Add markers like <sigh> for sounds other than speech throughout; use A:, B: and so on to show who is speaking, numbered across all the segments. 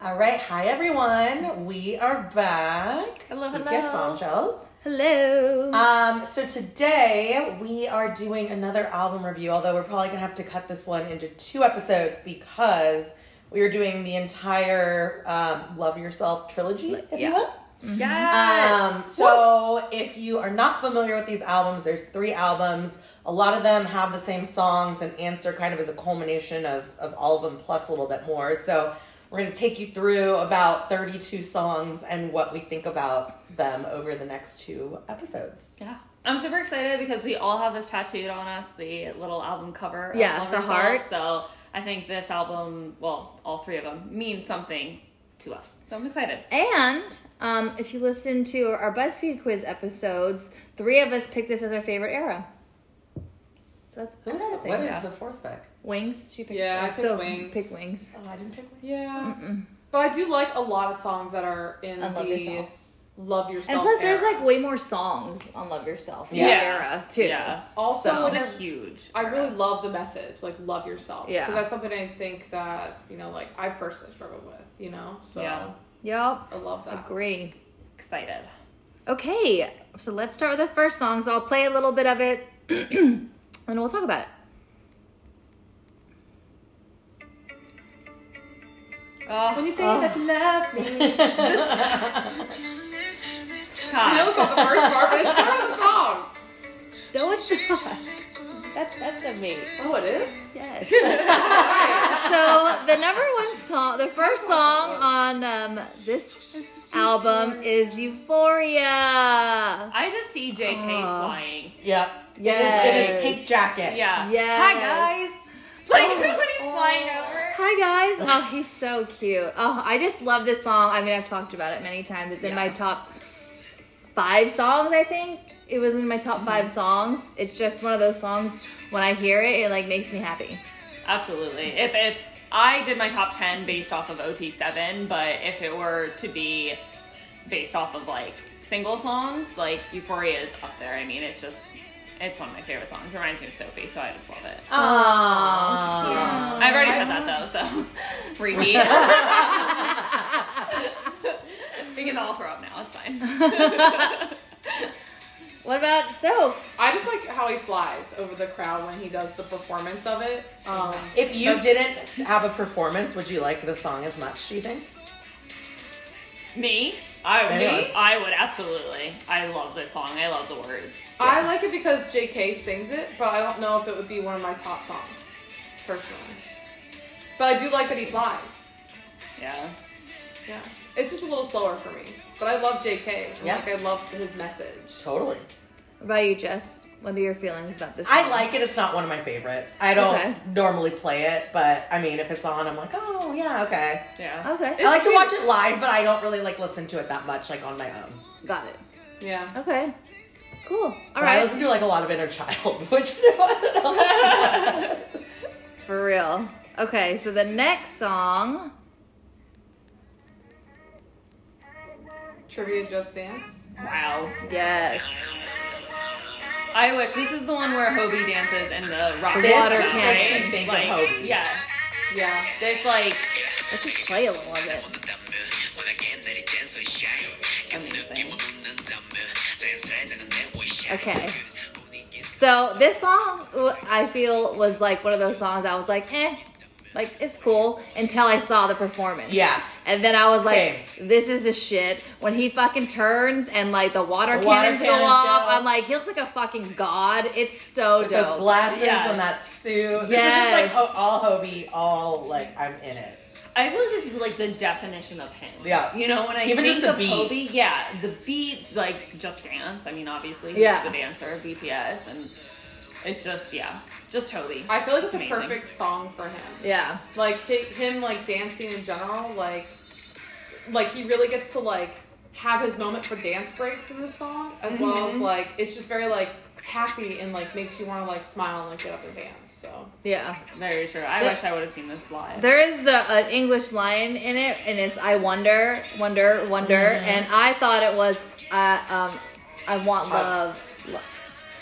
A: All right, hi everyone. We are back.
B: Hello,
A: BTS
B: hello.
A: Bombshells.
B: Hello.
A: Um, so today we are doing another album review, although we're probably gonna have to cut this one into two episodes because we are doing the entire um, Love Yourself trilogy, if
B: Yeah.
A: you will.
B: Yes.
A: Um, so if you are not familiar with these albums, there's three albums. A lot of them have the same songs and answer kind of as a culmination of, of all of them plus a little bit more. So we're going to take you through about 32 songs and what we think about them over the next two episodes.
B: yeah. I'm super excited because we all have this tattooed on us, the little album cover. of
C: Yeah,
B: Love
C: the
B: Yourself.
C: hearts.
B: So I think this album, well, all three of them, mean something to us. So I'm excited.
C: And um, if you listen to our BuzzFeed quiz episodes, three of us picked this as our favorite era. So that's
A: Who was
C: another
A: that?
C: thing.
A: What did
B: yeah.
A: the fourth pick?
C: Wings? She picked
D: Yeah, I
C: wings.
D: picked
C: so
D: Wings.
C: pick wings.
A: Oh, I didn't pick one.
D: Yeah. But I do like a lot of songs that are in
C: And Love
D: the
C: Yourself.
D: Love Yourself.
C: And plus, there's
D: era.
C: like way more songs on Love Yourself in
A: Yeah.
C: that era too.
B: Yeah.
D: also
B: That
C: So-
B: was
D: like,
B: a huge.
D: I
B: era.
D: really love the message, like love yourself.
C: Yeah.
D: Because that's something I think that, you know, like I personally struggle with, you know? So
B: Yeah.
C: Yup.
D: I love that.
C: Agree.
B: excited.
C: Okay, so let's start with the first song. So I'll play a little bit of it, <clears throat> and we'll talk about it.
D: When
B: Oh,
D: you say that you love me, I know
B: gosh.
D: it's not the first part, but it's part of the song. <laughs>
C: No, it's not. <laughs> That's that's the me.
D: Oh, it is?
C: Yes. <laughs> so the number one song, the first song on um, this album is Euphoria.
B: I just see JK
C: Aw.
B: flying.
A: Yeah. It is
C: Yes.
A: in his pink jacket.
B: Yeah.
C: Yes. Oh.
B: Hi guys. Like when he's flying over.
C: Hi guys. Oh, he's so cute. Oh, I just love this song. I mean, I've talked about it many times. It's in my
B: Yeah.
C: top five songs, I think. It was in my top five
A: Mm-hmm.
C: songs. It's just one of those songs when I hear it, it like makes me happy.
B: Absolutely. If if I did my top ten based off of OT seven, but if it were to be based off of like single songs, like Euphoria is up there. I mean, it's just it's one of my favorite songs. It reminds me of Sophie, so I just love it.
A: Aww.
B: I've already said that though, so repeat. <laughs> we can all throw up now. It's fine.
C: What about Soph?
D: I just like how he flies over the crowd when he does the performance of it. Um,
A: If you
D: That's-
A: didn't have a performance, would you like the song as much, do you think?
B: Me. I would,
A: Me?
B: I would absolutely. I love this song. I love the words.
D: I like it because JK sings it, but I don't know if it would be one of my top songs, personally. But I do like that he flies.
B: Yeah.
D: Yeah. It's just a little slower for me. But I love JK. and,
A: Yeah.
D: Like I love his message.
A: Totally.
C: What about you, Jess? What are your feelings about this?
A: I
C: song?
A: like it. It's not one of my favorites. I don't
C: Okay.
A: normally play it, but I mean, if it's on, I'm like, oh yeah, okay.
B: Yeah.
C: Okay,
A: I
D: It's
A: like to
D: cute.
A: watch it live, but I don't really like listen to it that much, like on my own.
C: got it.
D: Yeah.
C: Okay, cool. All
A: But I
C: right,
A: listen to like a lot of inner child, <laughs> which no one else. does.
C: for real. Okay, so the next song.
D: Trivia Just Dance.
B: Wow.
C: Yes.
B: I wish this is the one where Hobie dances in the rock.
C: The water
B: just
C: cannon.
B: right?
A: Makes me think of
B: like,
A: Hobie.
B: Yes.
D: Yeah.
B: There's like
C: Let's just play a little of it.
B: amazing.
C: Okay. So this song, w- I feel, was like one of those songs I was like, eh, like it's cool until I saw the performance.
A: yeah.
C: And then I was like,
A: Same.
C: this is the shit. When he fucking turns and like the water,
A: The water
C: cannons, go
A: cannons
C: off,
A: go.
C: I'm like, he looks like a fucking god. It's so
A: With
C: dope.
A: those glasses
B: Yes.
A: and that suit. This is
C: Yes.
A: just like ho- all Hobie, all like I'm in it.
B: I feel like this is like the definition of him.
A: Yeah.
B: You know when I
A: Even
B: think
A: just the
B: of
A: beat.
B: Hobie, yeah, the beat like just dance. I mean, obviously he's
C: Yeah.
B: the dancer of BTS, and it's just yeah, just Hobie.
D: I feel like it's a
B: Amazing.
D: perfect song for him.
C: Yeah.
D: Like hi- him like dancing in general, like like he really gets to like have his moment for dance breaks in this song, as well as like it's just very like happy and like makes you want to like smile and like get up and dance. So
C: Yeah.
B: Very true. I
C: The-
B: wish I would have seen this live.
C: There is the an English lion in it, and it's I wonder, wonder,
D: Mm-hmm. Oh.
C: wonder, and I thought it was uh, um, I want love. Lo-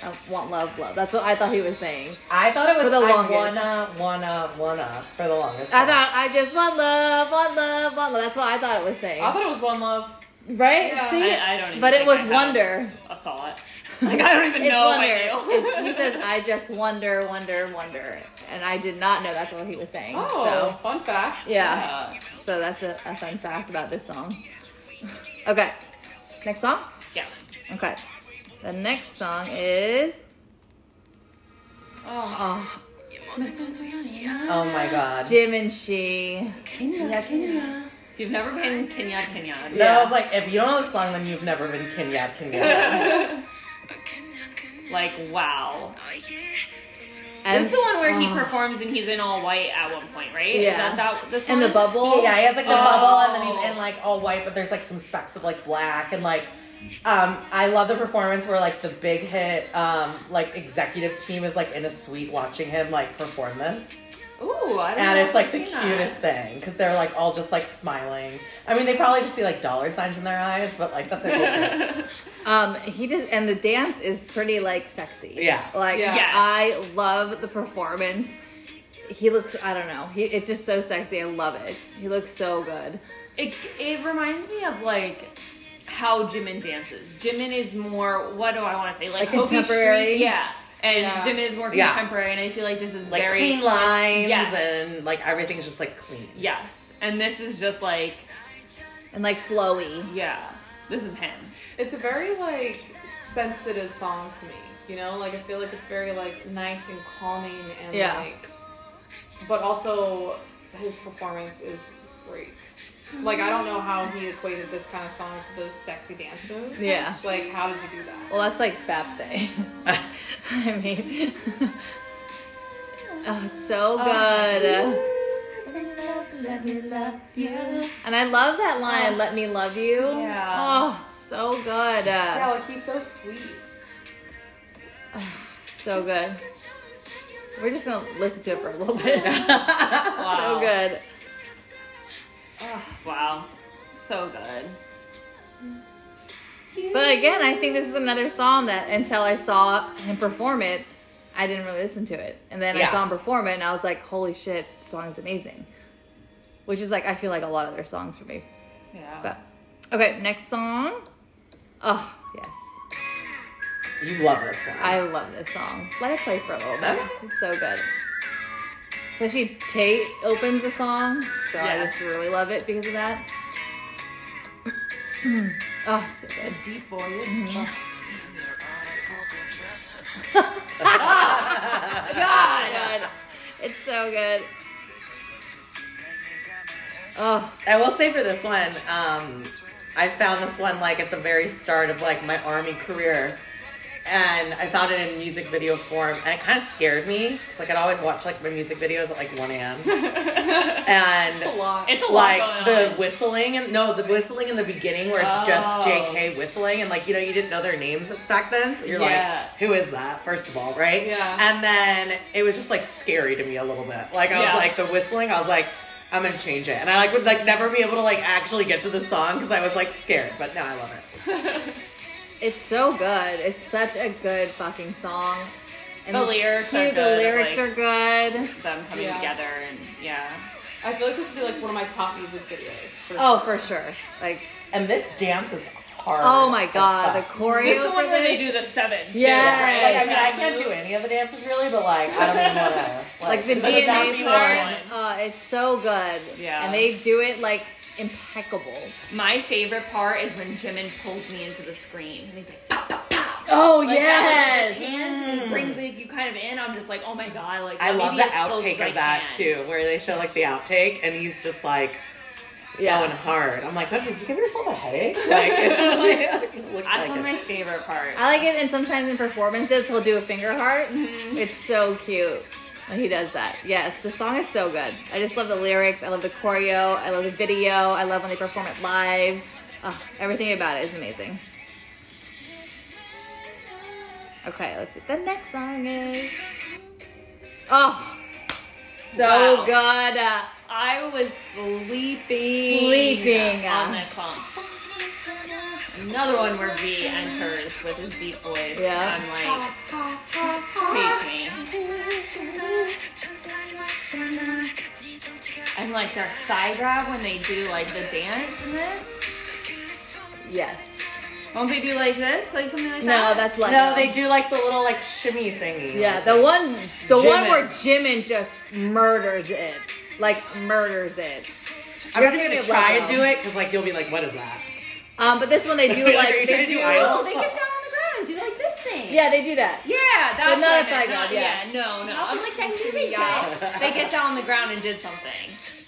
C: I want love, love. That's what I thought he was saying.
A: I thought it was
C: For the
A: I
C: longest.
A: wanna, wanna, wanna for the longest.
C: I
D: Oh.
A: time.
C: thought I just want love, want love, want love. That's what I thought it was saying.
D: I thought it was one love.
C: Right?
D: Yeah.
C: See?
B: I, I don't even
C: but it
B: think
C: was
D: <laughs>
B: I have
C: wonder.
B: A thought. <laughs> Like I don't even
C: It's
B: know
C: wonder.
B: if I knew. <laughs>
C: It's- he says, "I just wonder, wonder, wonder," and I did not know that's what he was saying.
D: Oh, fun fact.
C: So, yeah.
B: Uh,
C: So that's a, a fun fact about this song. <laughs> Okay. Next song.
B: Yeah.
C: Okay. The next song is.
B: Oh,
C: Oh,
A: Oh my god.
C: Jim and She.
B: if you've never been Kenya, Kenya.
A: No,
C: Yeah.
A: I was like, if you don't know the song, then you've never been Kinyad Kinyad.
B: Like wow.
C: And,
B: this is the one where he
C: oh.
B: performs and he's in all white at one point, right? Is
C: Yeah.
B: that, that this
C: And the
B: one?
C: bubble.
A: yeah, he has like the
B: Oh.
A: bubble, and then he's in like all white, but there's like some specks of like black and like. Um, I love the performance where like the big hit um like executive team is like in a suite watching him like perform this.
B: Ooh, I don't know.
A: And
B: if
A: it's like
B: I've
A: the
B: seen that.
A: cutest thing because they're like all just like smiling. I mean, they probably just see like dollar signs in their eyes, but like
B: <laughs>
A: that's so cool too.
C: Um, he just and the dance is pretty like sexy.
A: Yeah.
C: like
D: Yeah.
B: Yes.
C: I love the performance. He looks, I don't know, he it's just so sexy. I love it. He looks so good.
B: It, it reminds me of like how Jimin dances. Jimin is more what do I want to say like
C: Like
B: Hopi
C: contemporary?
B: Street, yeah. And
D: Yeah.
B: Jimin is more
A: Yeah.
B: contemporary, and I feel like this is
A: Like
B: very
A: clean lines
B: Yes.
A: and like everything's just like clean.
B: Yes, and this is just like
C: And like flowy.
B: yeah, this is him.
D: It's a very like sensitive song to me. You know, like I feel like it's very like nice and calming and
C: Yeah.
D: like but also his performance is great. Like I don't know how he equated this kind of song to those sexy dance moves.
C: Yeah.
D: Like how did you do that?
C: Well, that's like Bapse. <laughs> I mean, <laughs> oh, it's so good. And I love that line, "Let me love you."
B: Yeah.
C: Oh, it's so good.
D: Yeah,
B: Oh,
C: Uh,
D: like he's so sweet.
C: so good. We're just gonna listen to it for a little bit.
B: <laughs>
C: <laughs>
B: Wow,
C: So good.
B: Wow, so good.
C: But again, I think this is another song that until I saw him perform it, I didn't really listen to it. And then I
A: Yeah.
C: saw him perform it and I was like, holy shit, this song is amazing. Which is like, I feel like a lot of their songs for me.
B: Yeah.
C: But okay, next song. Oh, yes.
A: You love this one.
C: I love this song. Let it play for a little bit. It's so good. Especially Tate opens the song. So I
B: Yes.
C: just really love it because of that. <clears throat> oh, it's so good.
B: deep voice.
C: God. It's so good. Oh,
A: I will say for this one, um, I found this one like at the very start of like my army career, and I found it in music video form, and it kind of scared me because like I'd always watch like my music videos at like 1 a.m. and
D: It's a lot.
B: It's a lot
A: like
B: going
A: the
B: on.
A: whistling and no, the whistling in the beginning where it's just
B: Oh.
A: JK whistling and like you know you didn't know their names back then, so you're
B: Yeah.
A: like, who is that? First of all, right?
D: Yeah.
A: And then it was just like scary to me a little bit. Like I was
B: Yeah.
A: like the whistling, I was like. I'm gonna change it, and I like would like never be able to like actually get to the song because I was like scared. But now I love it.
C: it's so good. It's such a good fucking song. And
B: The
C: it's
B: lyrics are
C: cute. The
B: good,
C: lyrics
B: like-
C: are good.
B: Them coming
D: Yeah.
B: together and yeah.
D: I feel like this would be like one of my top music videos. For
C: Oh, for sure. Like,
A: And this dance is hard.
C: oh my
A: as
C: god, the
A: fuck.
C: choreo
B: This is the one
C: for
B: where they
C: this.
B: do the seven. too,
C: Yeah.
B: right?
A: Like I mean, I can't do any of the dances really, but like I don't even know that.
C: <laughs> like the
A: this is not
C: DNA
A: me
C: part.
A: whistling.
B: one.
C: Oh, it's so good.
B: Yeah.
C: And they do it like impeccable.
B: My favorite part is when Jimin pulls me into the screen and he's like, "Pow, pow, pow."
C: Oh
B: Like, that with his hands and it brings like, you kind of in. I'm just like, oh my god, like
A: Mm. I love
B: maybe
A: the
B: as close as
A: outtake
B: I
A: of that
B: can.
A: too, where they show like the outtake and he's just like going
C: Yeah.
A: hard. I'm like, "Honey, did you give yourself a headache? <laughs> Like, it's, like, <laughs> looks
B: That's
A: like
B: one of
A: it.
B: my favorite parts.
C: <laughs> I like it, and sometimes in performances he'll do a finger heart.
B: Mm-hmm.
C: It's so cute when he does that. Yes, the song is so good. I just love the lyrics. I love the choreo. I love the video. I love when they perform it live. Oh, everything about it is amazing. Okay, let's see. The next song is oh, so
B: Wow.
C: good. Uh,
B: I was sleeping,
C: Sleeping.
B: on that song. another one where V enters with his deep voice.
C: Yeah.
B: And I'm like, take me. And like their thigh grab when they do like the dance in this.
C: Yes.
B: Won't they do like this? Like something like
C: No,
B: that?
C: that's like
A: No, they do like the little like shimmy thingy.
C: Yeah, the one, the one
A: Jimin.
C: where Jimin just murders it, like murders it.
A: I'm not even
C: Jimin
A: gonna
C: it
A: try
C: well.
A: to do it because like you'll be like, what is that?
C: Um, but this one they
B: <laughs>
C: do
A: Are
C: like
A: you
C: they
A: trying to
C: do.
A: do idol?
E: Oh, they get down on the ground and do like this thing.
C: Yeah, they do that.
B: Yeah, that's
C: But not
B: what I
C: a thigh
B: meant.
C: grab,
B: Not-
C: yeah.
B: No, no.
E: I'm like that kitty guy.
B: <laughs> they get down on the ground and did something.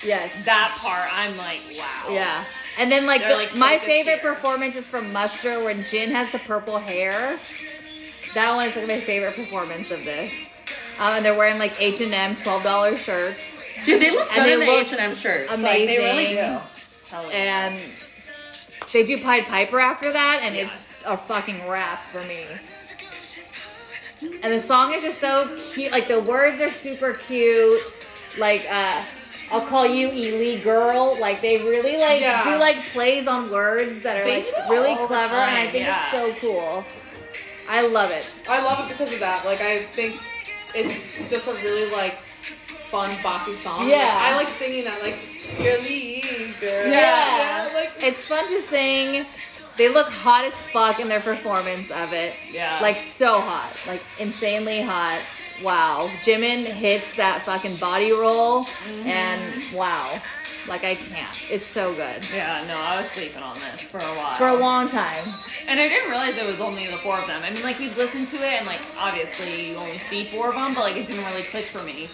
C: Yes.
B: That part, I'm like, wow.
C: Yeah. And then like,
B: They're,
C: the-
B: like,
C: my
B: focused
C: favorite
B: here.
C: performance is from Muster when Jin has the purple hair. That one is like my favorite performance of this. Um, and they're wearing like H and M twelve dollar shirts.
A: Dude, they look good
C: And they
A: in the
C: look
A: H and M shirts. Like,
C: amazing.
A: they really do.
B: Hell yeah.
C: and they do Pied Piper after that, and
B: Yes.
C: it's a fucking rap for me. And the song is just so cute. Like the words are super cute. Like uh, I'll call you Ely girl. Like they really like
D: Yeah.
C: do like plays on words that are
B: They
C: like
B: do it
C: really
B: all the
C: clever, and I
B: time,
C: think
B: yeah.
C: it's so cool. I love it.
D: I love it because of that. Like I think it's just a really like fun boppy song.
C: Yeah.
D: Like, I like singing that like girly girl.
C: Yeah.
D: like
C: It's fun to sing. They look hot as fuck in their performance of it.
B: Yeah.
C: Like so hot. Like insanely hot. Wow. Jimin hits that fucking body roll and wow. Like I can't. It's so good.
B: Yeah, no, I was sleeping on this for a while.
C: For a long time.
B: And I didn't realize it was only the four of them. I mean, like, we'd listen to it, and, like, obviously you only see four of them, but, like, it didn't really click for me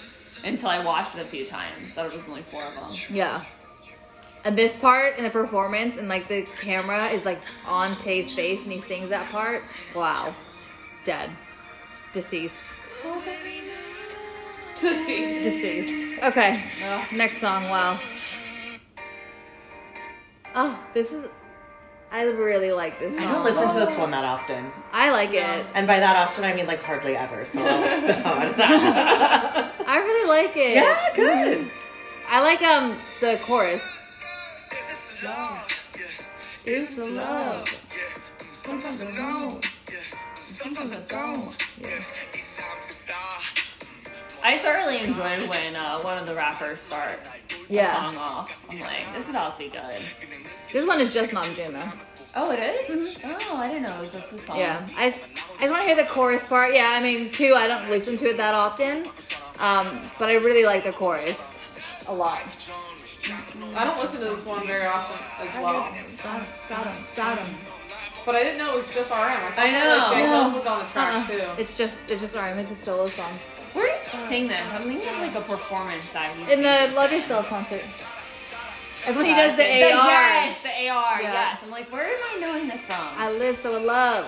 B: until I watched it a few times that it was only four of them.
C: Yeah. And this part in the performance and like the camera is like on Tay's face and he sings that part. Wow. Dead. Deceased.
D: to see.
C: Deceased. Okay.
B: Well,
C: Next song, wow. Oh, this is. I really like this song.
A: I don't listen to this one that often,
C: I like it.
A: and by that often I mean like hardly ever. <laughs> So How about that?
C: I really like it.
A: yeah, good.
C: I like um the chorus.
A: It's the love.
F: Sometimes I'm gone. Sometimes I'm gone.
B: I thoroughly enjoyed when uh, one of the rappers start the
C: Yeah.
B: song off. I'm like, this would all be good.
C: This one is just Namjoon though.
B: Oh, it is? Oh, I didn't know it was just a song.
A: Oh.
C: Yeah. I, s- I just want to hear the chorus part. Yeah, I mean, too, I don't listen to it that often. Um, but I really like the chorus a lot.
D: I don't listen to this one very often as well.
C: Sodom, Sodom.
D: But I didn't know it was just RM. I, thought
B: I know.
D: Like, J. Hope
C: No.
D: was on the
C: Uh-uh.
D: track too.
C: It's just it's just RM. It's a solo song.
B: Where does he sing that? I think it's like a performance that he
C: In the
B: sings.
C: Love Yourself concert. That's when he does the AR.
B: Yes, the AR.
C: Yeah.
B: Yes. I'm like, where am I knowing this from?
C: I live so in love.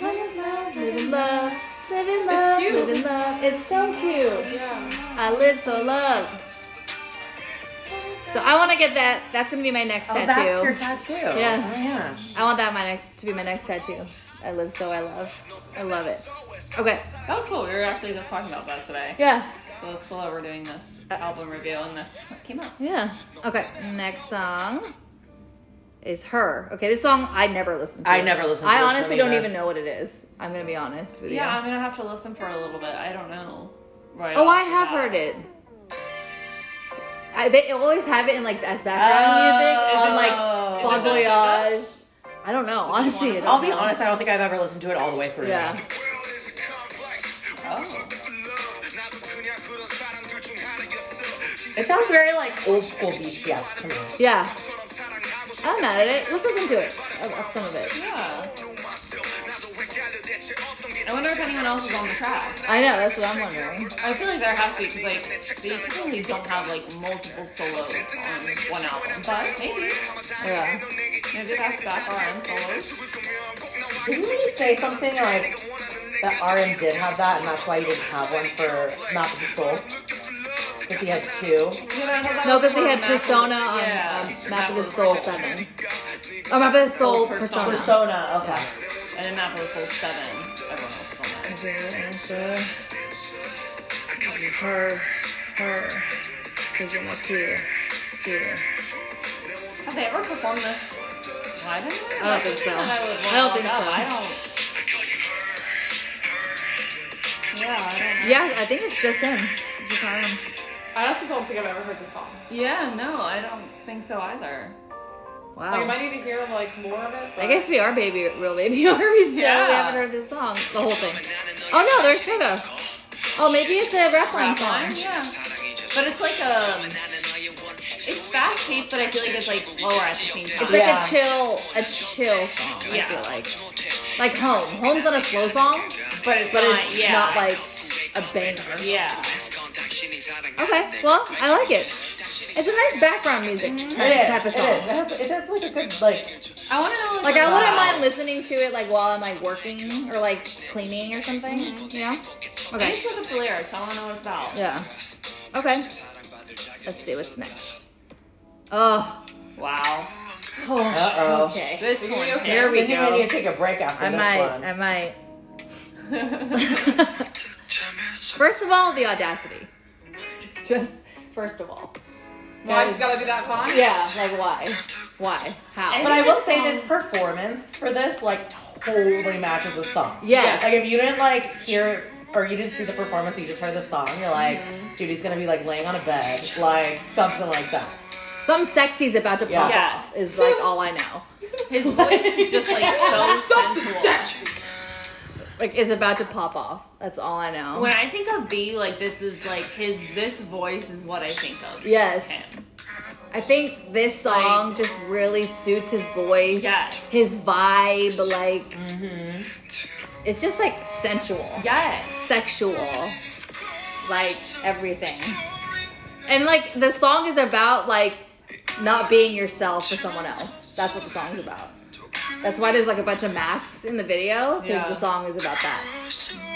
C: Live in love, live in love, live in love,
D: cute.
C: live in love. It's so cute.
D: Yeah.
C: I live so in love. So I want to get that. That's gonna be my next
A: Oh,
C: tattoo.
A: that's your tattoo.
C: Yeah.
A: Oh, yeah.
C: I want that my next to be my next tattoo. I live so I love. I love it. Okay.
B: that was cool. We were actually just talking about that today.
C: Yeah.
B: So it's cool that we're doing this album review and this came up.
C: Yeah. Okay. Next song is her. Okay, this song I never listened to.
A: I never listened to
C: I
A: this one
C: honestly don't
A: either.
C: even know what it is. I'm gonna be honest with you.
B: Yeah, I'm gonna have to listen for a little bit. I don't know. Right.
C: Oh,
B: off
C: I
B: the
C: have
B: bat.
C: heard it. I they always have it in like as background music
A: Oh.
C: and like
A: Is
C: Bon
B: it just like
C: Voyage. I don't know. Honestly,
B: one?
C: I don't
A: I'll be
C: know.
A: honest, I don't think I've ever listened to it all the way through.
C: Yeah.
A: It sounds very like old school BTS to me.
C: Yeah. I'm mad at it. Let's listen to it. Of- of some of it.
B: Yeah. I wonder if anyone else is on the track.
C: I know. That's what I'm wondering.
B: I feel like there has to be because like they typically don't have like multiple solos on one album, but maybe
C: Yeah.
B: maybe that's back RM solos.
A: Didn't you say something like that RM did have that and that's why you didn't have one for Map of the Soul? Because he had two.
B: You know, that
C: No,
B: was
C: because
B: more
C: they had
B: Map of the-
C: Persona on
B: yeah.
C: um, Map of the Soul Seven. Oh, Map of the Soul
B: Oh, Persona.
C: Persona.
A: Persona, okay.
B: and then Map of the Soul Seven. Everyone else is on that.
C: uh, Her, her, cause you're my tear, tear.
B: Have they ever performed this I don't know.
C: I don't think so. I don't think so.
B: I don't. Yeah, I don't.
C: Yeah, I think it's just him. Just Harlem.
D: I also don't think I've ever heard the song.
B: Yeah, no, I don't think so either.
C: Wow.
D: Like, I might need to hear like more of it. But
C: Oh. I guess we are baby, real baby <laughs> Arby's. still.
B: Yeah.
C: We haven't heard this song, the whole thing. Oh no, there's sugar. Oh, maybe it's a rap line
B: Rap line,
C: song.
B: yeah. But it's like
C: um,
B: a. It's fast paced, but I feel like it's like slower at the same time.
C: It's like Yeah. a chill, a chill song.
B: Yeah.
C: I feel like, like home. Home's not a slow song,
B: but it's
C: but
B: not,
C: it's
B: yeah.
C: not like a banger.
B: Yeah.
C: Okay, well, I like it. It's a nice background music
A: It is.
C: type
A: It
C: of
A: is. It
C: song.
A: has, it has like a good like.
B: I want to know.
C: Like I wouldn't
B: wow.
C: mind listening to it like while I'm like working or like cleaning or something. You know?
B: I
C: Okay.
B: just look up the lyrics. I want to know what it's about.
C: Yeah. Okay. Let's see what's next. Oh.
B: Wow.
C: oh
A: Uh-oh.
C: Okay.
B: This
D: Video
B: one.
D: game.
B: Here
A: I
B: we
A: think we need
B: go.
A: to take a break after
C: I
A: this
C: might.
A: one.
C: I might. <laughs>
F: First
C: first of all, the audacity. Just first of all.
D: why it's gotta be that fun.
C: Yeah. Like why? Why? How?
A: but I will say this performance for this like totally matches the song.
C: Yes.
A: Like if you didn't like hear or you didn't see the performance, you just heard the song. You're like,
C: Mm-hmm.
A: Judy's gonna be like laying on a bed, like something like that.
C: Some sexy's about to pop
A: Yeah.
C: off is like all I know.
B: His voice is just <laughs> like so
D: Something
B: sensual.
D: sexy.
C: Like is about to pop off. That's all I
B: <laughs>
C: know.
B: When I think of V, like this is like his. This voice is what I think of.
C: Yes.
B: Him.
C: I think this song just really suits his voice,
B: Yes.
C: his vibe. Like,
B: Mm-hmm.
C: it's just like sensual,
B: Yes.
C: sexual, like everything. And like the song is about like not being yourself for someone else. That's what the song's about. That's why there's like a bunch of masks in the video because
B: Yeah.
C: the song is about that.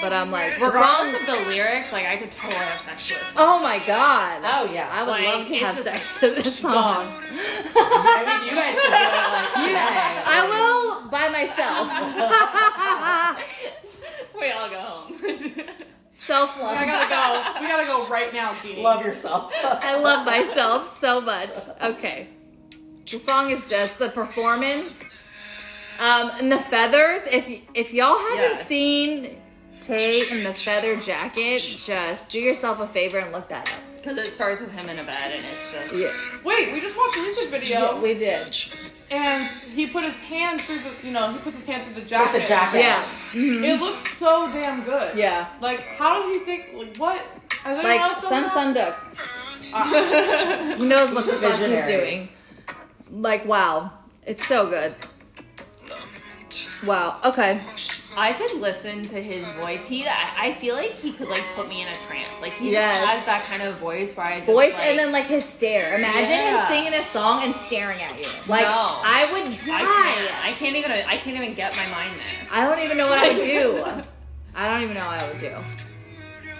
C: But I'm like, the song.
B: Regardless of the lyrics, like I could totally have sex with this.
C: Oh my god!
A: Oh yeah.
C: I would
B: Like,
C: love to
B: it's just-
C: have
B: <laughs>
C: sex to this song.
D: Gone.
A: I mean, you guys could be like, okay.
C: I will by <laughs> myself.
B: We all go home. <laughs>
C: Self
D: I
C: love.
D: gotta go. We gotta go right now, Jeannie.
A: Love yourself.
C: I love myself so much. Okay. The song is just the performance. Um, and the feathers. If y- if y'all haven't
B: Yes.
C: seen Tay in the feather jacket, just do yourself a favor and look that up.
B: Because it starts with him in a bed and it's just.
C: Yeah,
D: Wait, we just watched a music video,
C: we did.
D: and he put his hand through the, you know, he puts his hand through the jacket.
A: With the jacket.
C: Yeah,
D: It looks so damn good.
C: yeah.
D: Like, how did he think? Like, what? Is anyone
C: Like
D: else doing
C: Sun
D: that?
C: Sunduk.
D: Uh,
C: He knows what the
A: He's a
C: fuck he's
A: visionary.
C: doing. Like wow, it's so good. Wow. Okay.
B: I could listen to his voice. He, I I feel like he could like put me in a trance. Like he
C: Yes.
B: just has that kind of voice where I just
C: voice
B: like,
C: and then like his stare. Imagine
B: Yeah.
C: him singing a song and staring at you. Like
B: No.
C: I would
B: I
C: die.
B: can't, I can't even I can't even get my mind there.
C: I don't even know what I would do. I don't even know what I would do.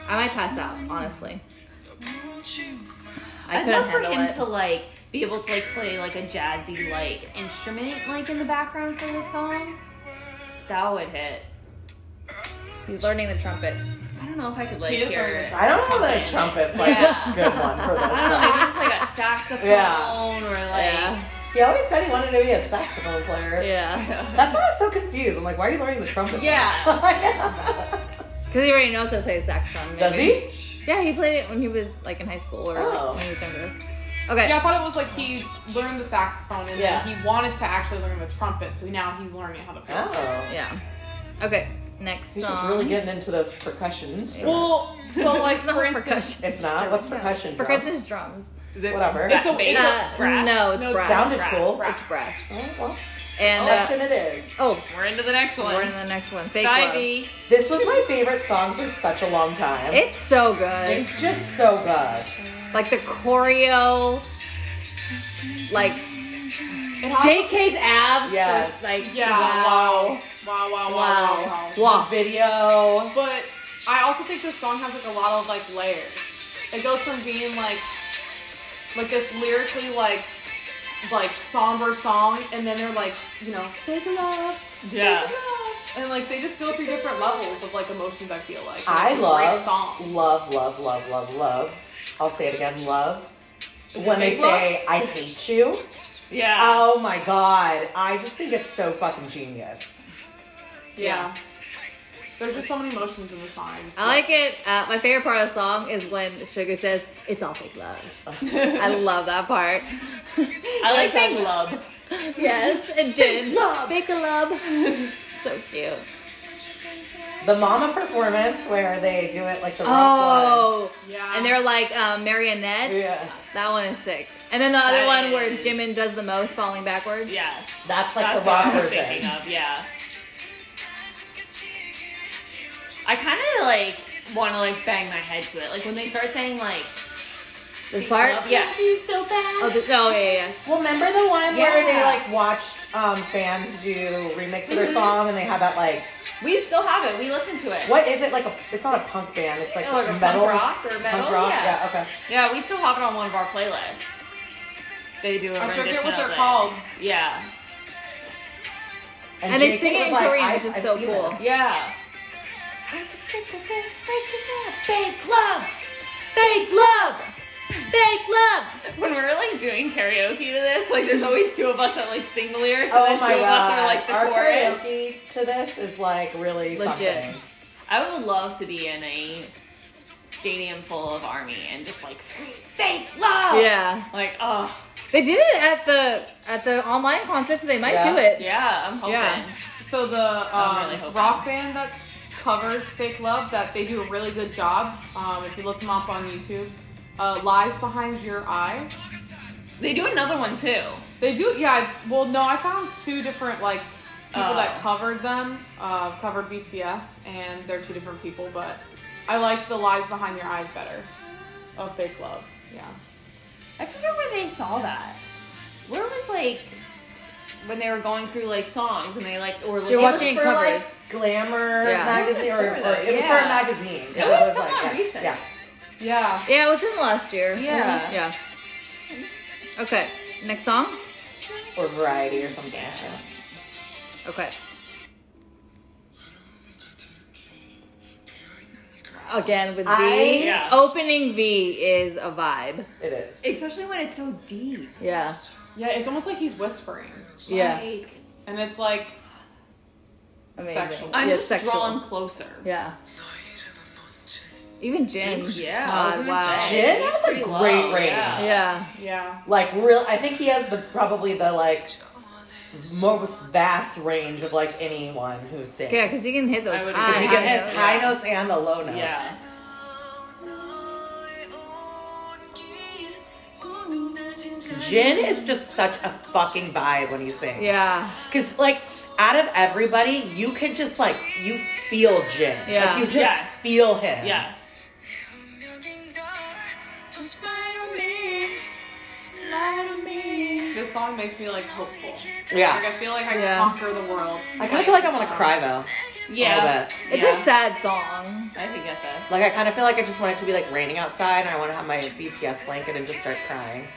C: I might pass out, honestly. I
B: I'd
C: couldn't
B: love for
C: handle
B: him
C: it.
B: to like be able to like play like a jazzy like instrument like in the background for this song. That would hit.
C: He's learning the trumpet.
B: I don't know if I could like
D: He is
B: hear
D: learning
B: it.
D: the
B: I
D: trumpet.
A: I don't know that trumpet's like
B: Yeah.
A: a good one for this.
B: don't know,
C: <laughs>
A: Though.
B: maybe it's like <laughs> a saxophone or like
C: Yeah.
A: He always said he wanted to be a saxophone player.
C: Yeah. <laughs>
A: That's why I was so confused. I'm like, why are you learning the trumpet?
C: Because he already knows how to play the saxophone.
A: <laughs> Does
C: maybe.
A: he?
C: Yeah, he played it when he was like in high school or like,
A: Oh.
C: when he was younger. Okay.
D: yeah, I thought it was like he learned the saxophone and
A: Yeah.
D: then he wanted to actually learn the trumpet, so now he's learning how to play. it.
A: Oh.
C: Yeah. Okay. Next
A: He's
C: song.
A: just really getting into those percussion instruments.
D: Well, so Oh,
C: <laughs>
D: like
C: It's not
D: for instance,
C: percussion.
A: It's not? What's percussion drums?
C: Percussion is drums.
B: Is it
A: Whatever.
B: brass-
D: It's a- it's a-
B: bass?
C: Uh,
B: Brass?
C: No, it's
D: No,
C: brass.
A: Sounded
B: brass,
A: cool.
D: brass.
C: It's brass.
A: Oh, well,
C: And
A: I'll
C: uh,
A: let it is.
C: oh,
B: We're into the next one.
C: we're in the next one. Fake
B: Bye,
C: love.
B: V.
A: This was my favorite song for such a long time.
C: It's so good.
A: it's just so good.
C: Like the choreo, like JK's abs.
A: Yes.
C: was, Like
D: yeah,
C: wow,
D: wow, wow, wow, wow, wow. wow.
C: wow, wow.
A: Video.
D: But I also think this song has like a lot of like layers. It goes from being like like this lyrically like like somber song, and then they're like you know fake love,
B: Yeah.
D: fake love, and like they just go through different levels of like emotions. I feel like
A: I
D: It's a great
A: love,
D: song.
A: love, love, love, love, love. I'll say it again, love. When they
D: Big Love?
A: say I hate you,
B: Yeah.
A: Oh my god. I just think it's so fucking genius.
D: Yeah. There's just so many emotions in the song.
C: I like it. Uh, my favorite part of the song is when Sugar says, "It's all fake <laughs> love." I love that part.
B: I like saying love.
C: Yes, and Jin, fake <laughs> love. so cute.
A: The mama performance where they do it like the rock
C: Oh,
D: Yeah.
C: and they're like um, marionettes.
A: one. Yeah.
C: That one is sick. And then the other
B: That
C: one where
B: is-
C: Jimin does the most falling
B: <laughs>
C: backwards.
B: Yeah.
A: That's like
B: That's
A: the
B: what
A: rock
B: I was
A: version.
B: thinking of. Yeah. I kind of like want to like bang my head to it. Like when they start saying like
C: This part?
B: yeah.
E: you so bad.
C: Oh, this, oh, yeah, yeah, yeah.
A: Well, remember the one where
B: Yeah.
A: they like watched um, fans do remix of their song and they had that like
B: We still have it. We listen to it.
A: what is it like a it's not a punk band it's like,
B: Yeah, like a punk
A: metal
B: rock or metal,
A: punk rock
B: yeah.
A: yeah, okay
B: Yeah, we still have it on one of our playlists. They do a
D: I
B: rendition
D: forget what
B: of
D: they're
B: it.
D: called.
B: Yeah.
C: And they
A: Jacob
C: sing it
A: was
C: in
A: like,
C: Korean,
A: "I've-
C: which is
A: I've
C: so
A: seen
C: cool.
A: this."
B: Yeah.
E: I'm so sick of this. Fake love. Fake love. Fake love.
B: When we're like doing karaoke to this, like there's always two of us that like sing the lyrics,
A: Oh
B: and then
A: my
B: two of us
A: god!
B: are like the
A: Our
B: chorus.
A: karaoke to this is like really
C: Legit.
A: something.
B: I would love to be in a stadium full of army and just like scream fake love.
C: Yeah.
B: Like oh
C: They did it at the at the online concert, so they might
A: Yeah.
C: do it.
B: yeah, I'm hoping.
C: Yeah.
D: So the
B: I'm
D: um,
B: really hoping.
D: rock band that covers "Fake Love" that they do a really good job. Um, if you look them up on YouTube, uh, "Lies Behind Your Eyes."
B: They do another one too.
D: They do, yeah. I- Well, no, I found two different like people
B: Oh.
D: that covered them, uh, covered BTS, and they're two different people. But I like the "Lies Behind Your Eyes" better of "Fake Love." Yeah,
B: I forget where they saw that. Where was like when they were going through like songs and they like or like
C: You're
B: it was
C: watching
A: for
C: covers.
A: like Glamour
C: Yeah.
A: magazine, or, or
B: It was
A: it was for a
B: yeah.
A: magazine.
B: It was somewhat
A: yeah,
B: recent.
A: Yeah.
D: yeah.
C: Yeah, it was in last year.
B: Yeah.
C: Mhm. Yeah. Okay. Next song?
A: or Variety or something. like that.
C: Okay. Again with V.
A: I-
B: Yeah.
C: Opening V is a vibe.
A: It is.
B: especially when it's so deep.
C: Yeah.
D: Yeah, it's almost like he's whispering,
C: Yeah.
B: Like,
D: and it's like
C: Amazing.
D: sexual.
B: I'm
C: Yeah,
B: just
C: sexual.
B: drawn closer.
C: Yeah. Even Jin.
B: Yeah, I
C: God,
B: was gonna
C: wow.
B: say.
A: Jin
B: it's
A: has a
B: pretty low,
A: great range.
B: yeah.
C: Yeah.
D: yeah.
A: Like real, I think he has the probably the like most vast range of like anyone who sings.
C: Yeah, because he can hit those.
B: I would
C: high,
B: 'Cause
A: He
B: I
A: can
C: high
A: hit
C: notes.
A: high notes and the low notes.
B: Yeah.
A: Jin is just such a fucking vibe when he sings.
C: Yeah.
A: Because, like, out of everybody, you could just, like, you feel Jin.
C: Yeah.
A: Like, you just
B: Yes.
A: feel him.
B: Yes.
D: This song makes me like hopeful. Like
A: Yeah.
D: I feel like I
C: Yeah.
D: conquer the world.
A: I kind of feel like I want to
D: song.
A: cry, though. A little
B: Yeah.
A: bit.
C: It's
B: Yeah.
C: a sad song.
B: I can get this.
A: Like, I kind of feel like I just want it to be, like, raining outside and I want to have my BTS blanket and just start crying.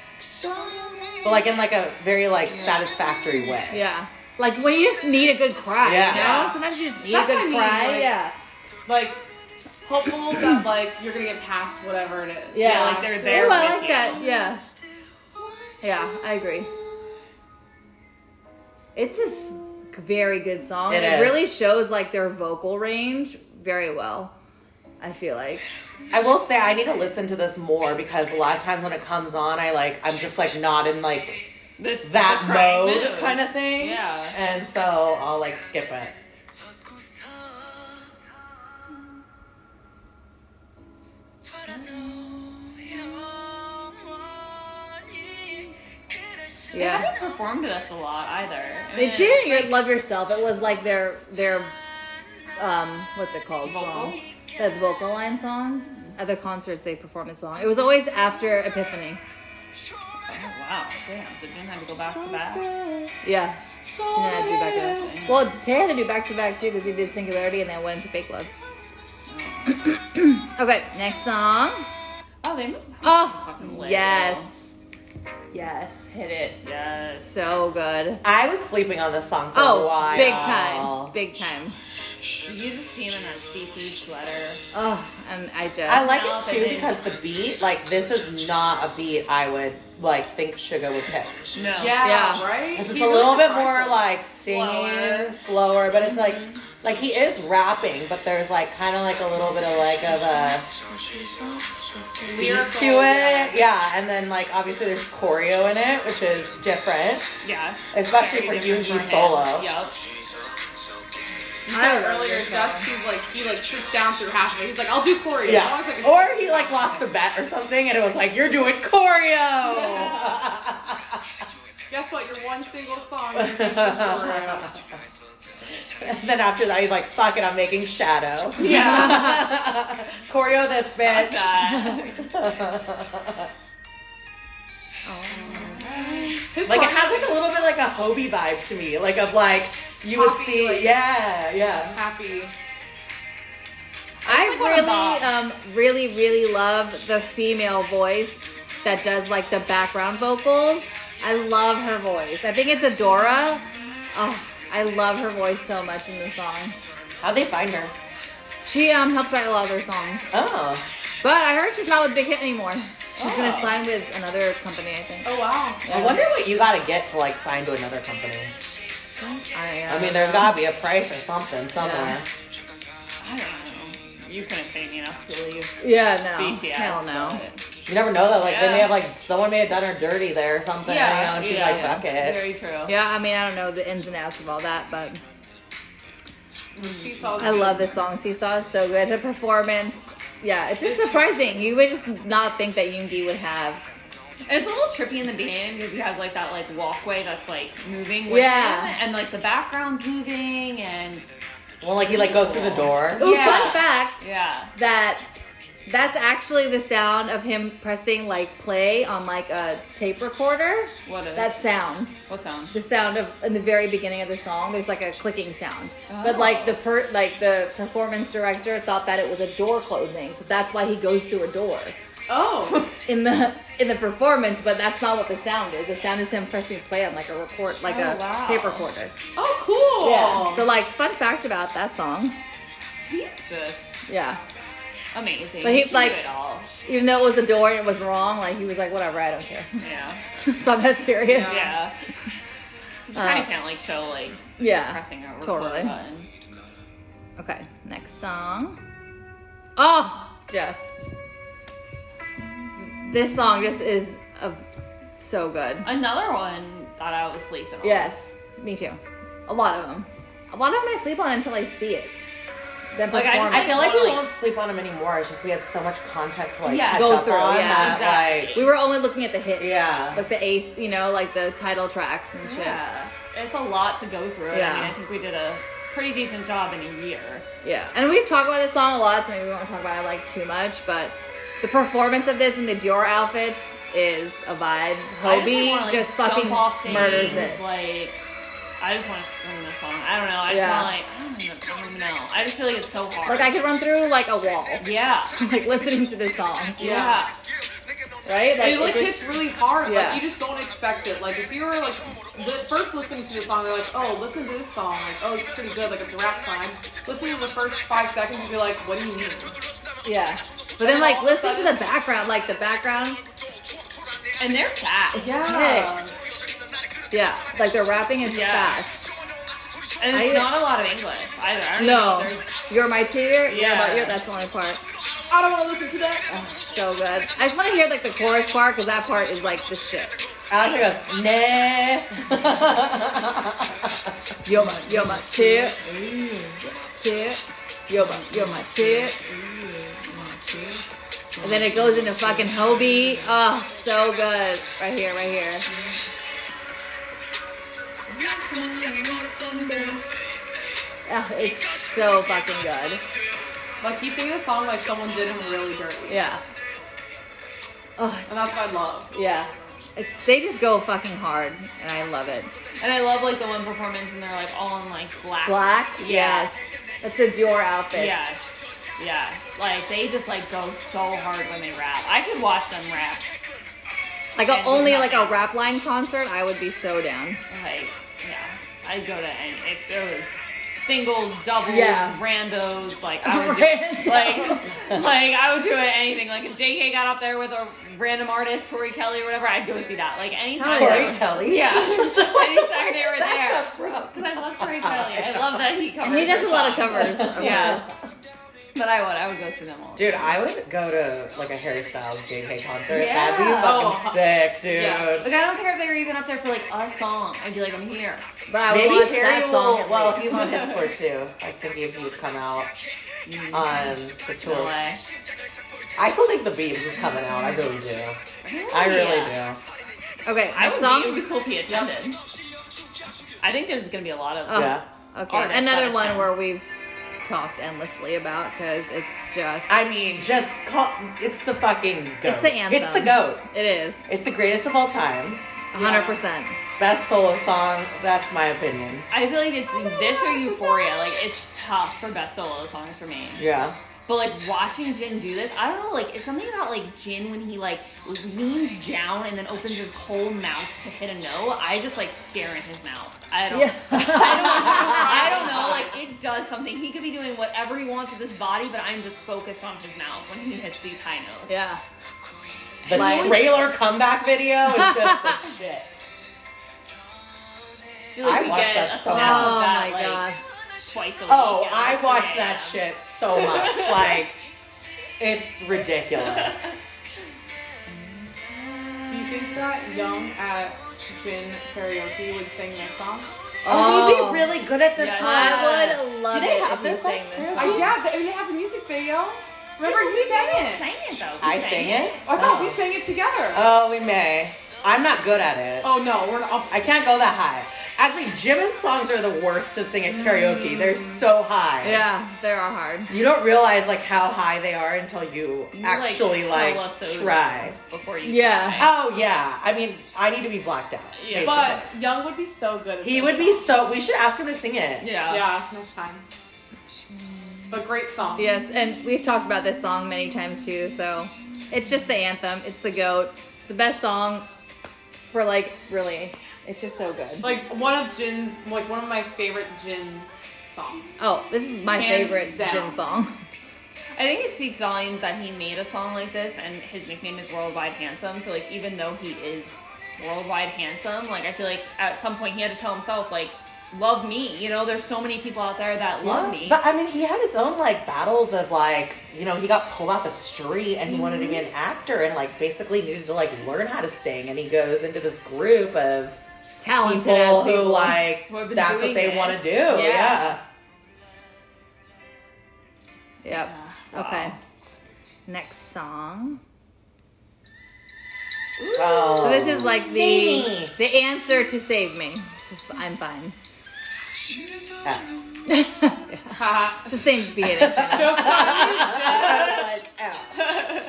A: But, like, in, like, a very, like, satisfactory way.
C: Yeah. Like when you just need a good cry,
A: Yeah.
C: you know?
D: Yeah.
C: Sometimes you just need
D: That's
C: a good
D: what I mean,
C: cry.
D: like-
C: yeah.
D: Like hopeful that like you're gonna get past whatever it is.
C: Yeah,
B: like they're
D: Still-
B: there.
C: Oh, I
B: with
C: like
B: you.
C: that. Yeah. Yeah, I agree. It's a s- very good song.
A: It
C: It,
A: is.
C: really shows like their vocal range very well. I feel like.
A: I will say I need to listen to this more because a lot of times when it comes on, I, like, I'm just, like, not in, like,
B: This
A: that
B: the crying
A: mode
B: mood.
A: kind of thing.
B: Yeah.
A: And so I'll, like, skip it.
F: Yeah.
B: They
C: Yeah.
B: haven't performed this a lot either. Eh.
C: They did your Love Yourself. It was like their their um what's it called?
B: Vocal?
C: Song. The vocal line song. At the concerts they performed the song. It was always after Epiphany.
B: Oh, wow. Damn. So Jin had to go back to back.
C: Yeah. Yeah, do back to back. Well, Tay had to do back to back too because he did Singularity and then went into Fake Love. okay, next song.
B: Oh, they must.
C: Oh,
B: Fucking lit,
C: yes. Yes, hit it.
B: Yes.
C: So good.
A: I was sleeping on this song for a
C: Oh,
A: while.
C: big time. Big time.
B: You just see him in that seafood sweater.
C: Oh, and I just.
A: I like
B: Now
A: it
B: they
A: too
B: did.
A: because the beat, like this is not a beat I would like think Sugar would pick.
B: No.
D: Yeah,
C: Yeah.
D: right.
A: Because
D: He
A: it's a
D: really
A: little bit
D: surprised
A: more
D: us.
A: like singing,
B: Slower.
A: slower, but it's like like he is rapping, but there's like kind of like a little bit of like of a
D: Lyrical,
A: to it, yeah. And then like obviously there's choreo in it, which is different.
B: Yes.
A: Especially for
B: Very different
A: Yuji
B: him.
A: solo.
B: Yep.
A: <laughs>
D: You
C: I
D: said
C: don't know
D: earlier,
C: this
D: Gus, he's like, he like sits down through half of it. He's like, I'll do choreo. As long as I
A: Yeah.
D: can
A: Or he like lost a bet or something, and it was like you're doing choreo.
D: Guess what? Your one single
A: <laughs>
D: song. You're doing choreo.
A: And then after that, he's like, "Fuck it, I'm making shadow." <laughs>
C: <laughs>
B: Yeah.
A: choreo this bitch.
B: that.
A: <laughs>
D: His
A: Like it
D: part-
A: has like a little bit like a Hobie vibe to me, like of like you would
D: Poppy,
A: see,
D: like-
A: yeah, yeah.
D: happy.
C: I
B: It's like one of
C: really,
B: Bob's.
C: um, really, really love the female voice that does like the background vocals. I love her voice. I think it's Adora. Oh, I love her voice so much in the song.
A: How'd they find her?
C: She um helps write a lot of her songs,
A: Oh,
C: but I heard she's not with Big Hit anymore. She's gonna
A: Oh.
C: sign with another company, I think.
D: Oh wow.
A: I wonder what you gotta get to like sign to another company.
C: I, uh,
A: I mean, there's gotta be a price or something somewhere.
B: I don't know. You couldn't pay me enough to leave
C: yeah, no,
B: BTS.
C: Oh, hell no.
B: but-
A: You never know that like they may
B: Yeah.
A: have like someone may have done her dirty there or something. you know, and she's like, "Fuck it."
B: Very true.
C: Yeah, I mean, I don't know the ins and outs of all that, but
D: Seesaw's
C: I
D: good.
C: love this song. Seesaw is so good. Her performance, yeah, it's just surprising. You would just not think that Yoongi would have.
B: And it's a little trippy in the beginning because he has like that like walkway that's like moving. With
C: Yeah.
B: him, and like the background's moving and
A: Well, like he like goes through the door.
C: Ooh,
B: Yeah.
C: fun fact
B: yeah.
C: that that's actually the sound of him pressing like play on like a tape recorder.
B: What is
C: That sound,
B: what sound?
C: the sound of in the very beginning of the song, there's like a clicking sound. But like the per like the performance director thought that it was a door closing, so that's why he goes through a door.
D: Oh,
C: in the in the performance, but that's not what the sound is. The sound is him pressing play on like a record, like a
B: Oh, wow.
C: tape recorder.
D: oh,
A: <laughs>
D: cool.
C: So like, fun fact about that song.
B: He's just
C: Yeah.
B: amazing.
C: But he,
B: can
C: like-
B: do it all.
C: Even though it was a door and it was wrong, like he was like, whatever, I don't care. <laughs>
B: Yeah.
C: it's not that serious.
D: Yeah.
B: Yeah. Just
C: Uh,
B: kind of can't like show like
C: Yeah.
B: pressing a record
C: totally.
B: button.
C: Okay. Next song. Oh, just this song just is a, so good.
B: Another one that I was sleeping on.
C: Yes, me too. A lot of them. A lot of them I sleep on until I see it. Then
B: Like, I just,
C: performed.
A: I feel like we
B: Totally.
A: won't sleep on him anymore. It's just we had so much content to like
B: Yeah,
A: catch
C: go
A: up
C: through,
A: on
C: yeah,
A: that
B: exactly.
C: We were only looking at the hits.
A: like yeah.
C: Like the ace, you know, like the title tracks and shit.
B: Yeah. It's a lot to go through. Yeah. I
C: Yeah.
B: mean, I think we did a pretty decent job in a year.
C: Yeah. And we've talked about this song a lot, so maybe we won't talk about it like too much, but the performance of this in the Dior outfits is a vibe.
B: I just, like,
C: Hobie
B: wanna, like,
C: just
B: jump
C: fucking
B: off things,
C: murders it.
B: Like, I just want to scream this song. I don't know. I just
C: Yeah.
B: want to like, I don't, know, I don't know. I just feel like it's so hard.
C: Like I could run through like a wall, <laughs>
B: yeah.
C: like listening to this song.
B: Yeah.
C: Right? Like,
D: It like
C: it's-
D: hits really hard.
C: Yeah.
D: Like you just don't expect it. Like if you were like li- first listening to the song, they're like, oh, listen to this song. Like oh, it's pretty good. Like it's a rap song. Listen to the first five seconds and be like, what do you mean?
C: yeah. But then like listen to the background, like the background.
B: And they're fast.
C: Yeah. Yeah. Like the rapping is
B: Yeah.
C: fast.
B: And it's
C: I-
B: not a lot of English either. I don't know
C: No.
B: if there's-
C: <laughs> You're my tear,
B: Yeah.
C: yeah, but you're that's the only part. Oh,
D: I don't want to listen to that.
C: So good. I just want to hear like the chorus part because that part is like the shit.
A: Alex goes, <laughs> nah.
C: You're my, you're my tip, tip. You're my, you're my tip. And then it goes into fucking Hobie. Oh, so good. Right here, right here. Oh, it's so fucking good.
D: Like he's singing a song like someone did him really dirty.
C: Yeah. Oh, it's-
D: And that's what I love.
C: yeah. It's they just go fucking hard, and I love it.
B: And I love like the one performance, and they're like all in like black.
C: Black,
B: Yeah.
C: yes. That's the Dior outfit.
B: Yes. Yes. Like they just like go so hard when they rap. I could watch them rap.
C: Like a,
B: And we
C: only
B: have
C: like a
B: it.
C: rap line concert, I would be so down.
B: Like yeah, I'd go to any if there was singles, doubles,
C: Yeah.
B: randos. Like I
C: <laughs>
B: would do,
C: Randos.
B: like like I would do it anything. Like if JK got up there with a random artist, Tori Kelly or whatever, I'd go see that. Like anytime.
A: Tori
B: they were-
A: Kelly.
B: Yeah. anytime they were there.
A: <laughs> Bro.
B: Because I love Tori Kelly. I love that he covers.
C: And <laughs> he does
B: her
C: a lot of
B: songs.
C: covers. Of
B: Yeah.
C: hers.
B: But I would. I would go see them all.
A: Dude, I would go to like a Harry Styles JK concert.
B: Yeah.
A: That'd be fucking
D: Oh,
A: sick, dude.
D: yes.
B: Like I don't care if they were even up there for like a song. I'd be like, I'm here.
C: But I would
A: Maybe
C: watch
A: Harry
C: that
A: will.
C: song. at
A: Well,
C: least.
A: he's on
C: <laughs>
A: his tour too. I was thinking if he'd come out
C: Mm-hmm.
A: on the tour.
B: LA.
A: I still think the Beebs is coming out. I really do. I really do.
C: okay,
B: I
C: next
B: would
C: song.
B: be, it would be cool if he attended. I think there's gonna be a lot of.
C: Oh,
A: Yeah.
C: Okay,
B: Artists out
C: another
B: of
C: one
B: town.
C: where we've talked endlessly about because it's just
A: I mean, just call. It's the fucking goat.
C: It's the anthem.
A: It's the goat.
C: it is
A: It's the greatest of all time.
C: hundred percent.
A: Best solo song. That's my opinion.
B: I feel like it's this or Euphoria. Like it's tough for best solo song for me.
A: Yeah.
B: But like watching Jin do this, I don't know. Like it's something about like Jin when he like leans down and then opens his whole mouth to hit a note. I just like stare in his mouth. <laughs> I don't.
C: Yeah.
B: I don't know. Like it does something. He could be doing whatever he wants with his body, but I'm just focused on his mouth when he hits these high notes.
C: yeah.
A: The
C: Like-
A: trailer comeback video is just the
C: <laughs>
A: shit.
B: I, feel like
A: I
B: we
A: watch
B: get
A: that
B: a
A: so
B: slap
A: much.
B: of
C: Oh
B: that,
C: my
B: like,
C: God.
B: Twice a week.
A: Oh,
B: at,
A: I
B: like,
A: watch
B: 3
A: that
B: a.m.
A: shit so <laughs> much. Like, it's <laughs> ridiculous.
D: Do you think that Young at Gin Karaoke would sing this song?
A: Oh,
C: Oh.
A: he'd be really good at this.
B: Yeah,
A: one.
C: I would love
A: Do they
C: it
A: have
C: if you
A: this,
C: sang
A: like,
C: this.
A: group?
D: Uh, yeah, they, I mean, they have the music video. Remember, you sang it.
B: Sang it though.
A: I sing it.
D: I thought
A: Oh.
D: we sang it together.
A: Oh, we may. I'm not good at it.
D: oh, no, we're not.
A: I can't go that high. Actually, Jimin's songs are the worst to sing at karaoke. They're so high.
C: Yeah, they are hard.
A: You don't realize like how high they are until you
B: You,
A: actually like,
B: tell us those
A: try.
B: before you.
C: Yeah.
B: try.
A: Oh yeah. I mean, I need to be blacked out.
B: Yeah.
A: basically.
D: But Young would be so good at
A: he
D: this
A: would be
D: song.
A: so. We should ask him to sing it.
B: Yeah.
D: Yeah, next time. But great song.
C: Yes, and we've talked about this song many times too. So it's just the anthem. It's the goat. The best song for like really. It's just so good.
D: Like one of Jin's, like one of my favorite Jin songs.
C: Oh, this is my
D: Hands
C: favorite
D: down.
C: Jin song.
B: I think it speaks volumes that he made a song like this, and his nickname is Worldwide Handsome. So like, even though he is worldwide handsome, like I feel like at some point he had to tell himself like, "Love me." You know, there's so many people out there that love me.
A: But I mean, he had his own like battles of like, you know, he got pulled off a street and he wanted to be an actor and like basically needed to like learn how to sing. And he goes into this group of
C: Talented
A: people
C: ass
A: who
C: people.
A: like
B: who have been
A: that's what
B: doing
A: they
B: this.
A: want to do.
B: Yeah.
A: Yeah.
C: Yep.
B: Wow.
C: Okay. Next song.
A: Oh.
C: So
A: Um,
C: this is like the
A: Save me.
C: the answer to save me. This- I'm fine. <laughs>
A: Yeah.
D: Haha.
C: It's the same
A: <laughs>
C: beginning.
D: Jokes on you, Jin.
A: Like, ow.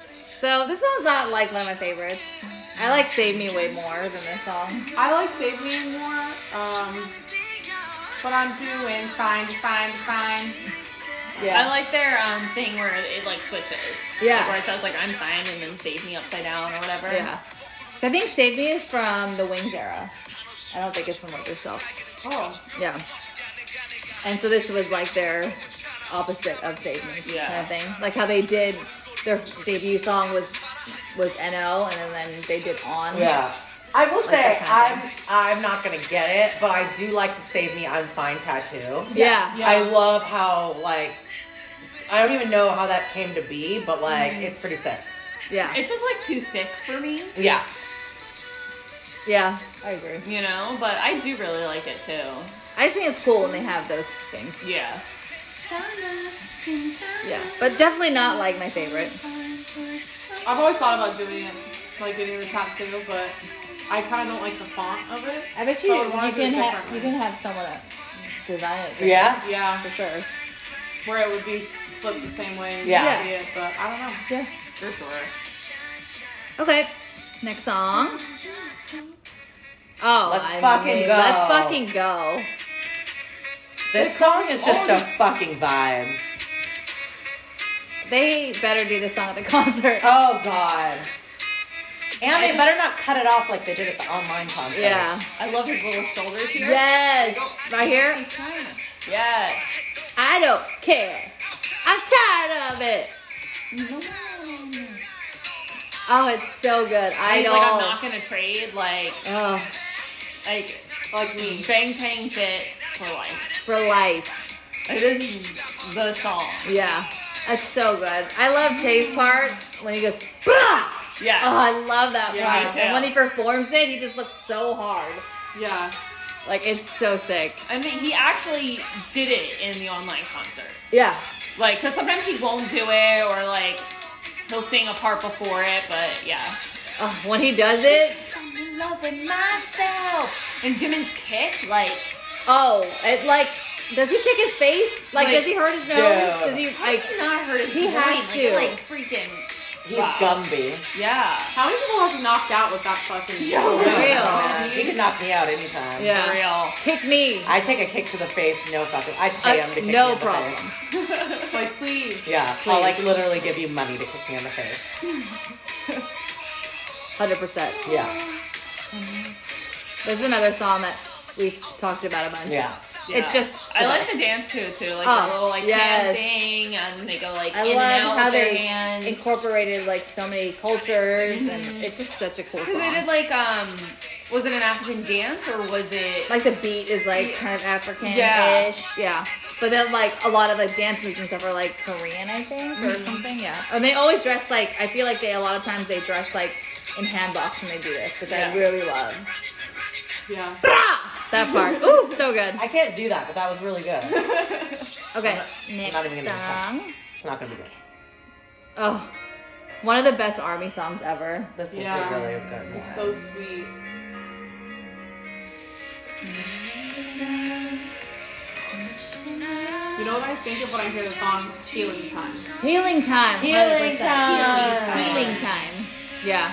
C: <laughs> so this song's not like one of my favorites. I like Save Me way more than this song.
D: I like Save Me more, um, but I'm doing fine, fine, fine.
B: I like their um, thing where it like switches.
C: Yeah.
B: Like, where it says like I'm fine and then save me upside down or whatever.
C: Yeah. So I think Save Me is from the Wings era. I don't think it's from Love Yourself.
D: Oh,
C: Yeah. And so this was like their opposite of Save Me
B: Yeah.
C: kind of thing. Like how they did their debut song was was NO and then they did On.
A: Yeah. I will say
C: that kind of
A: I'm I'm not gonna get it, but I do like the "Save Me, I'm Fine" tattoo.
C: Yeah.
D: Yeah.
A: I love how like I don't even know how that came to be, but like it's pretty sick.
C: Yeah.
B: It's just like too thick for me,
A: Yeah.
C: Yeah, I agree.
B: you know. But I do really like it too.
C: I just think it's cool when they have those things.
B: Yeah.
C: Yeah, but definitely not like my favorite.
D: I've always thought about doing it, like getting the top two, but I kind of don't like the font of it.
C: I bet
D: So I wanna do it differently.
C: have someone else design it.
A: Yeah.
D: Yeah,
C: for sure.
D: where it would be flipped the same way. And
A: Yeah.
D: yeah. See it, but I don't know.
C: Yeah.
B: For sure.
C: Okay, next song. Oh,
A: Let's
C: I
A: fucking
C: mean,
A: go.
C: Let's fucking go.
A: This song is just a fucking vibe.
C: They better do this song at the <laughs> concert.
A: Oh god. And they better not cut it off like they did at the online concert.
C: Yeah.
B: I love his little shoulders here.
C: Yes. Right here.
B: Yes.
C: I don't care. I'm tired of it. Oh, it's so good. I
B: I
C: don't.
B: like I'm not gonna trade like
C: oh,
B: like
D: Like me.
B: bang bang shit for life.
C: for life.
B: Like, this is the song.
C: Yeah, that's so good. I love Tay's part when he goes. "Bah!"
B: Yeah.
C: Oh, I love that
D: Yeah, me
C: part.
B: too.
C: And when he performs it, he just looks so hard.
D: Yeah.
C: Like it's so sick.
B: I mean, he actually did it in the online concert.
C: Yeah.
B: Like, because sometimes he won't do it, or like, he'll sing a part before it, but yeah.
C: Oh, when he does it,
E: I'm loving myself.
B: And Jimin's kick, like,
C: oh, it like does he kick his face? Like,
B: Like,
C: does he hurt his nose?
A: yeah.
C: Does he like?
E: Not hurt his
C: He
E: brain.
C: has
E: like,
C: to.
E: like freaking.
A: He's
B: Wow.
A: Gumby.
B: yeah,
D: How many people have knocked out with that fucking?
B: Yo,
D: Yeah.
C: real.
A: Yeah, he can knock me out anytime.
C: Yeah.
B: for real.
C: Kick me.
A: I take a kick to the face, no fucking. I'd pay him to
C: Uh,
A: kick me
C: no
A: in the
C: problem.
A: face.
D: Like please.
A: Yeah, I'll like literally give you money to kick me in the face.
C: Hundred percent.
A: Yeah,
C: There's another song that we've talked about a bunch.
A: yeah.
B: Yeah.
C: It's just
B: I
C: the
B: like
C: best.
B: the dance to it too, like
C: Oh,
B: the little like hand
C: yes.
B: thing, and they go like
C: I
B: in and out
C: love how
B: with their
C: they
B: hands.
C: incorporated like so many cultures, and it's just such a cool song.
B: Because they did like, um, was it an African dance or was it?
C: like the beat is like kind of African ish.
B: Yeah.
C: Yeah. But then like a lot of like dance moves and stuff are like Korean, I think, or something. Yeah. And they always dress like I feel like they a lot of times they dress like in handbox when they do this, which
B: Yeah.
C: I really love.
D: Yeah.
C: That part. Ooh, so good.
A: I can't do that, but that was really good.
C: <laughs> Okay.
A: I'm
C: Next
A: not even gonna attempt.
C: song.
A: It's not gonna be good.
C: Oh. One of the best army songs ever.
A: This is
D: Yeah.
A: a really good. One.
D: It's so sweet. You know what I think of when I hear the song "Healing Time"?
C: Healing time.
A: Healing
C: 100%.
A: time.
C: Healing time. Yeah.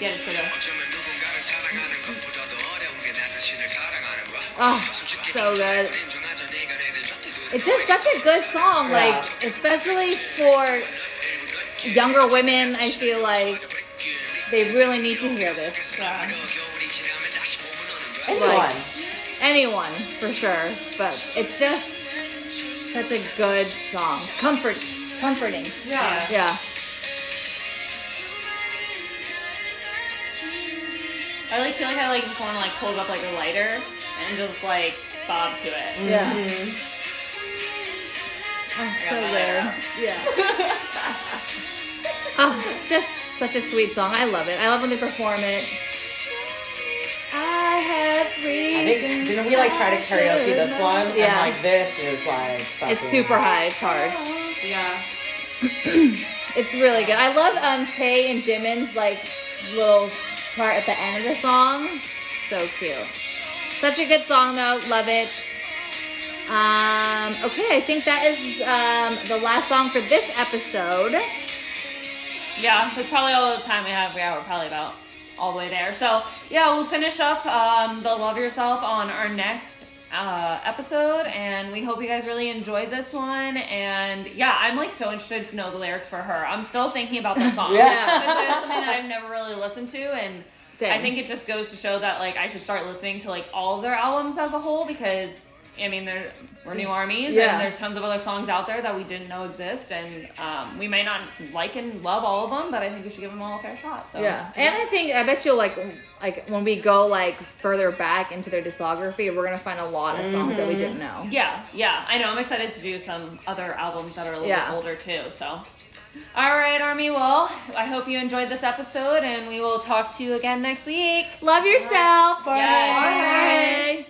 B: Get it for the.
F: 어쩌면 누군가를 사랑하는 것보다도 어려운 게나 자신을 사랑하는 거야.
C: Oh,
F: 솔직히
C: so good.
F: 걱정을 인정하자. 네가 내든 좋대도
C: It's just such a good song,
A: Yeah.
C: like especially for
F: 일부 넓게
C: younger women. I feel like
F: 넓게
C: they really need to hear this.
B: Yeah.
F: 이렇게 겨울이 지나면 다시 봄은 오는
A: Anyone?
F: 거야.
C: Like- Anyone, for sure, but it's just such a good song. Comfort, comforting.
D: Yeah.
C: Yeah.
B: I like feel like I like just want to like hold up like a lighter and just like bob to it.
C: Yeah. I'm
B: I
C: so
B: got my
C: there.
B: lighter.
C: Oh, Yeah. <laughs> oh, it's just such a sweet song. I love it. I love when they perform it. I have
A: I think
C: reasons.
A: didn't we like try to karaoke this one? And
C: Yeah.
A: like this is like fucking.
C: It's super high. It's hard.
D: Yeah.
C: It's really good. I love um Tay and Jimin's like little part at the end of the song. So cute. Such a good song though. Love it. Um, okay, I think that is um, the last song for this episode.
B: Yeah, that's probably all the time we have. Yeah, we're probably about all the way there. So yeah, we'll finish up um, the love yourself on our next uh, episode, and we hope you guys really enjoyed this one. And yeah, I'm like so interested to know the lyrics for her. I'm still thinking about
C: <laughs>
B: that song.
A: Yeah.
B: Because that's something that I've never really listened to, and
C: Same.
B: I think it just goes to show that like I should start listening to like all of their albums as a whole because. I mean, there we're new armies,
C: Yeah.
B: and there's tons of other songs out there that we didn't know exist, and um, we may not like and love all of them, but I think we should give them all a fair shot. So
C: Yeah, and I think I bet you like like when we go like further back into their discography, we're gonna find a lot of songs that we didn't know.
B: yeah, yeah, I know. I'm excited to do some other albums that are a little
C: Yeah.
B: bit older too. So, all right, Army. Well, I hope you enjoyed this episode, and we will talk to you again next week.
C: Love yourself.
B: Yes.
C: Bye.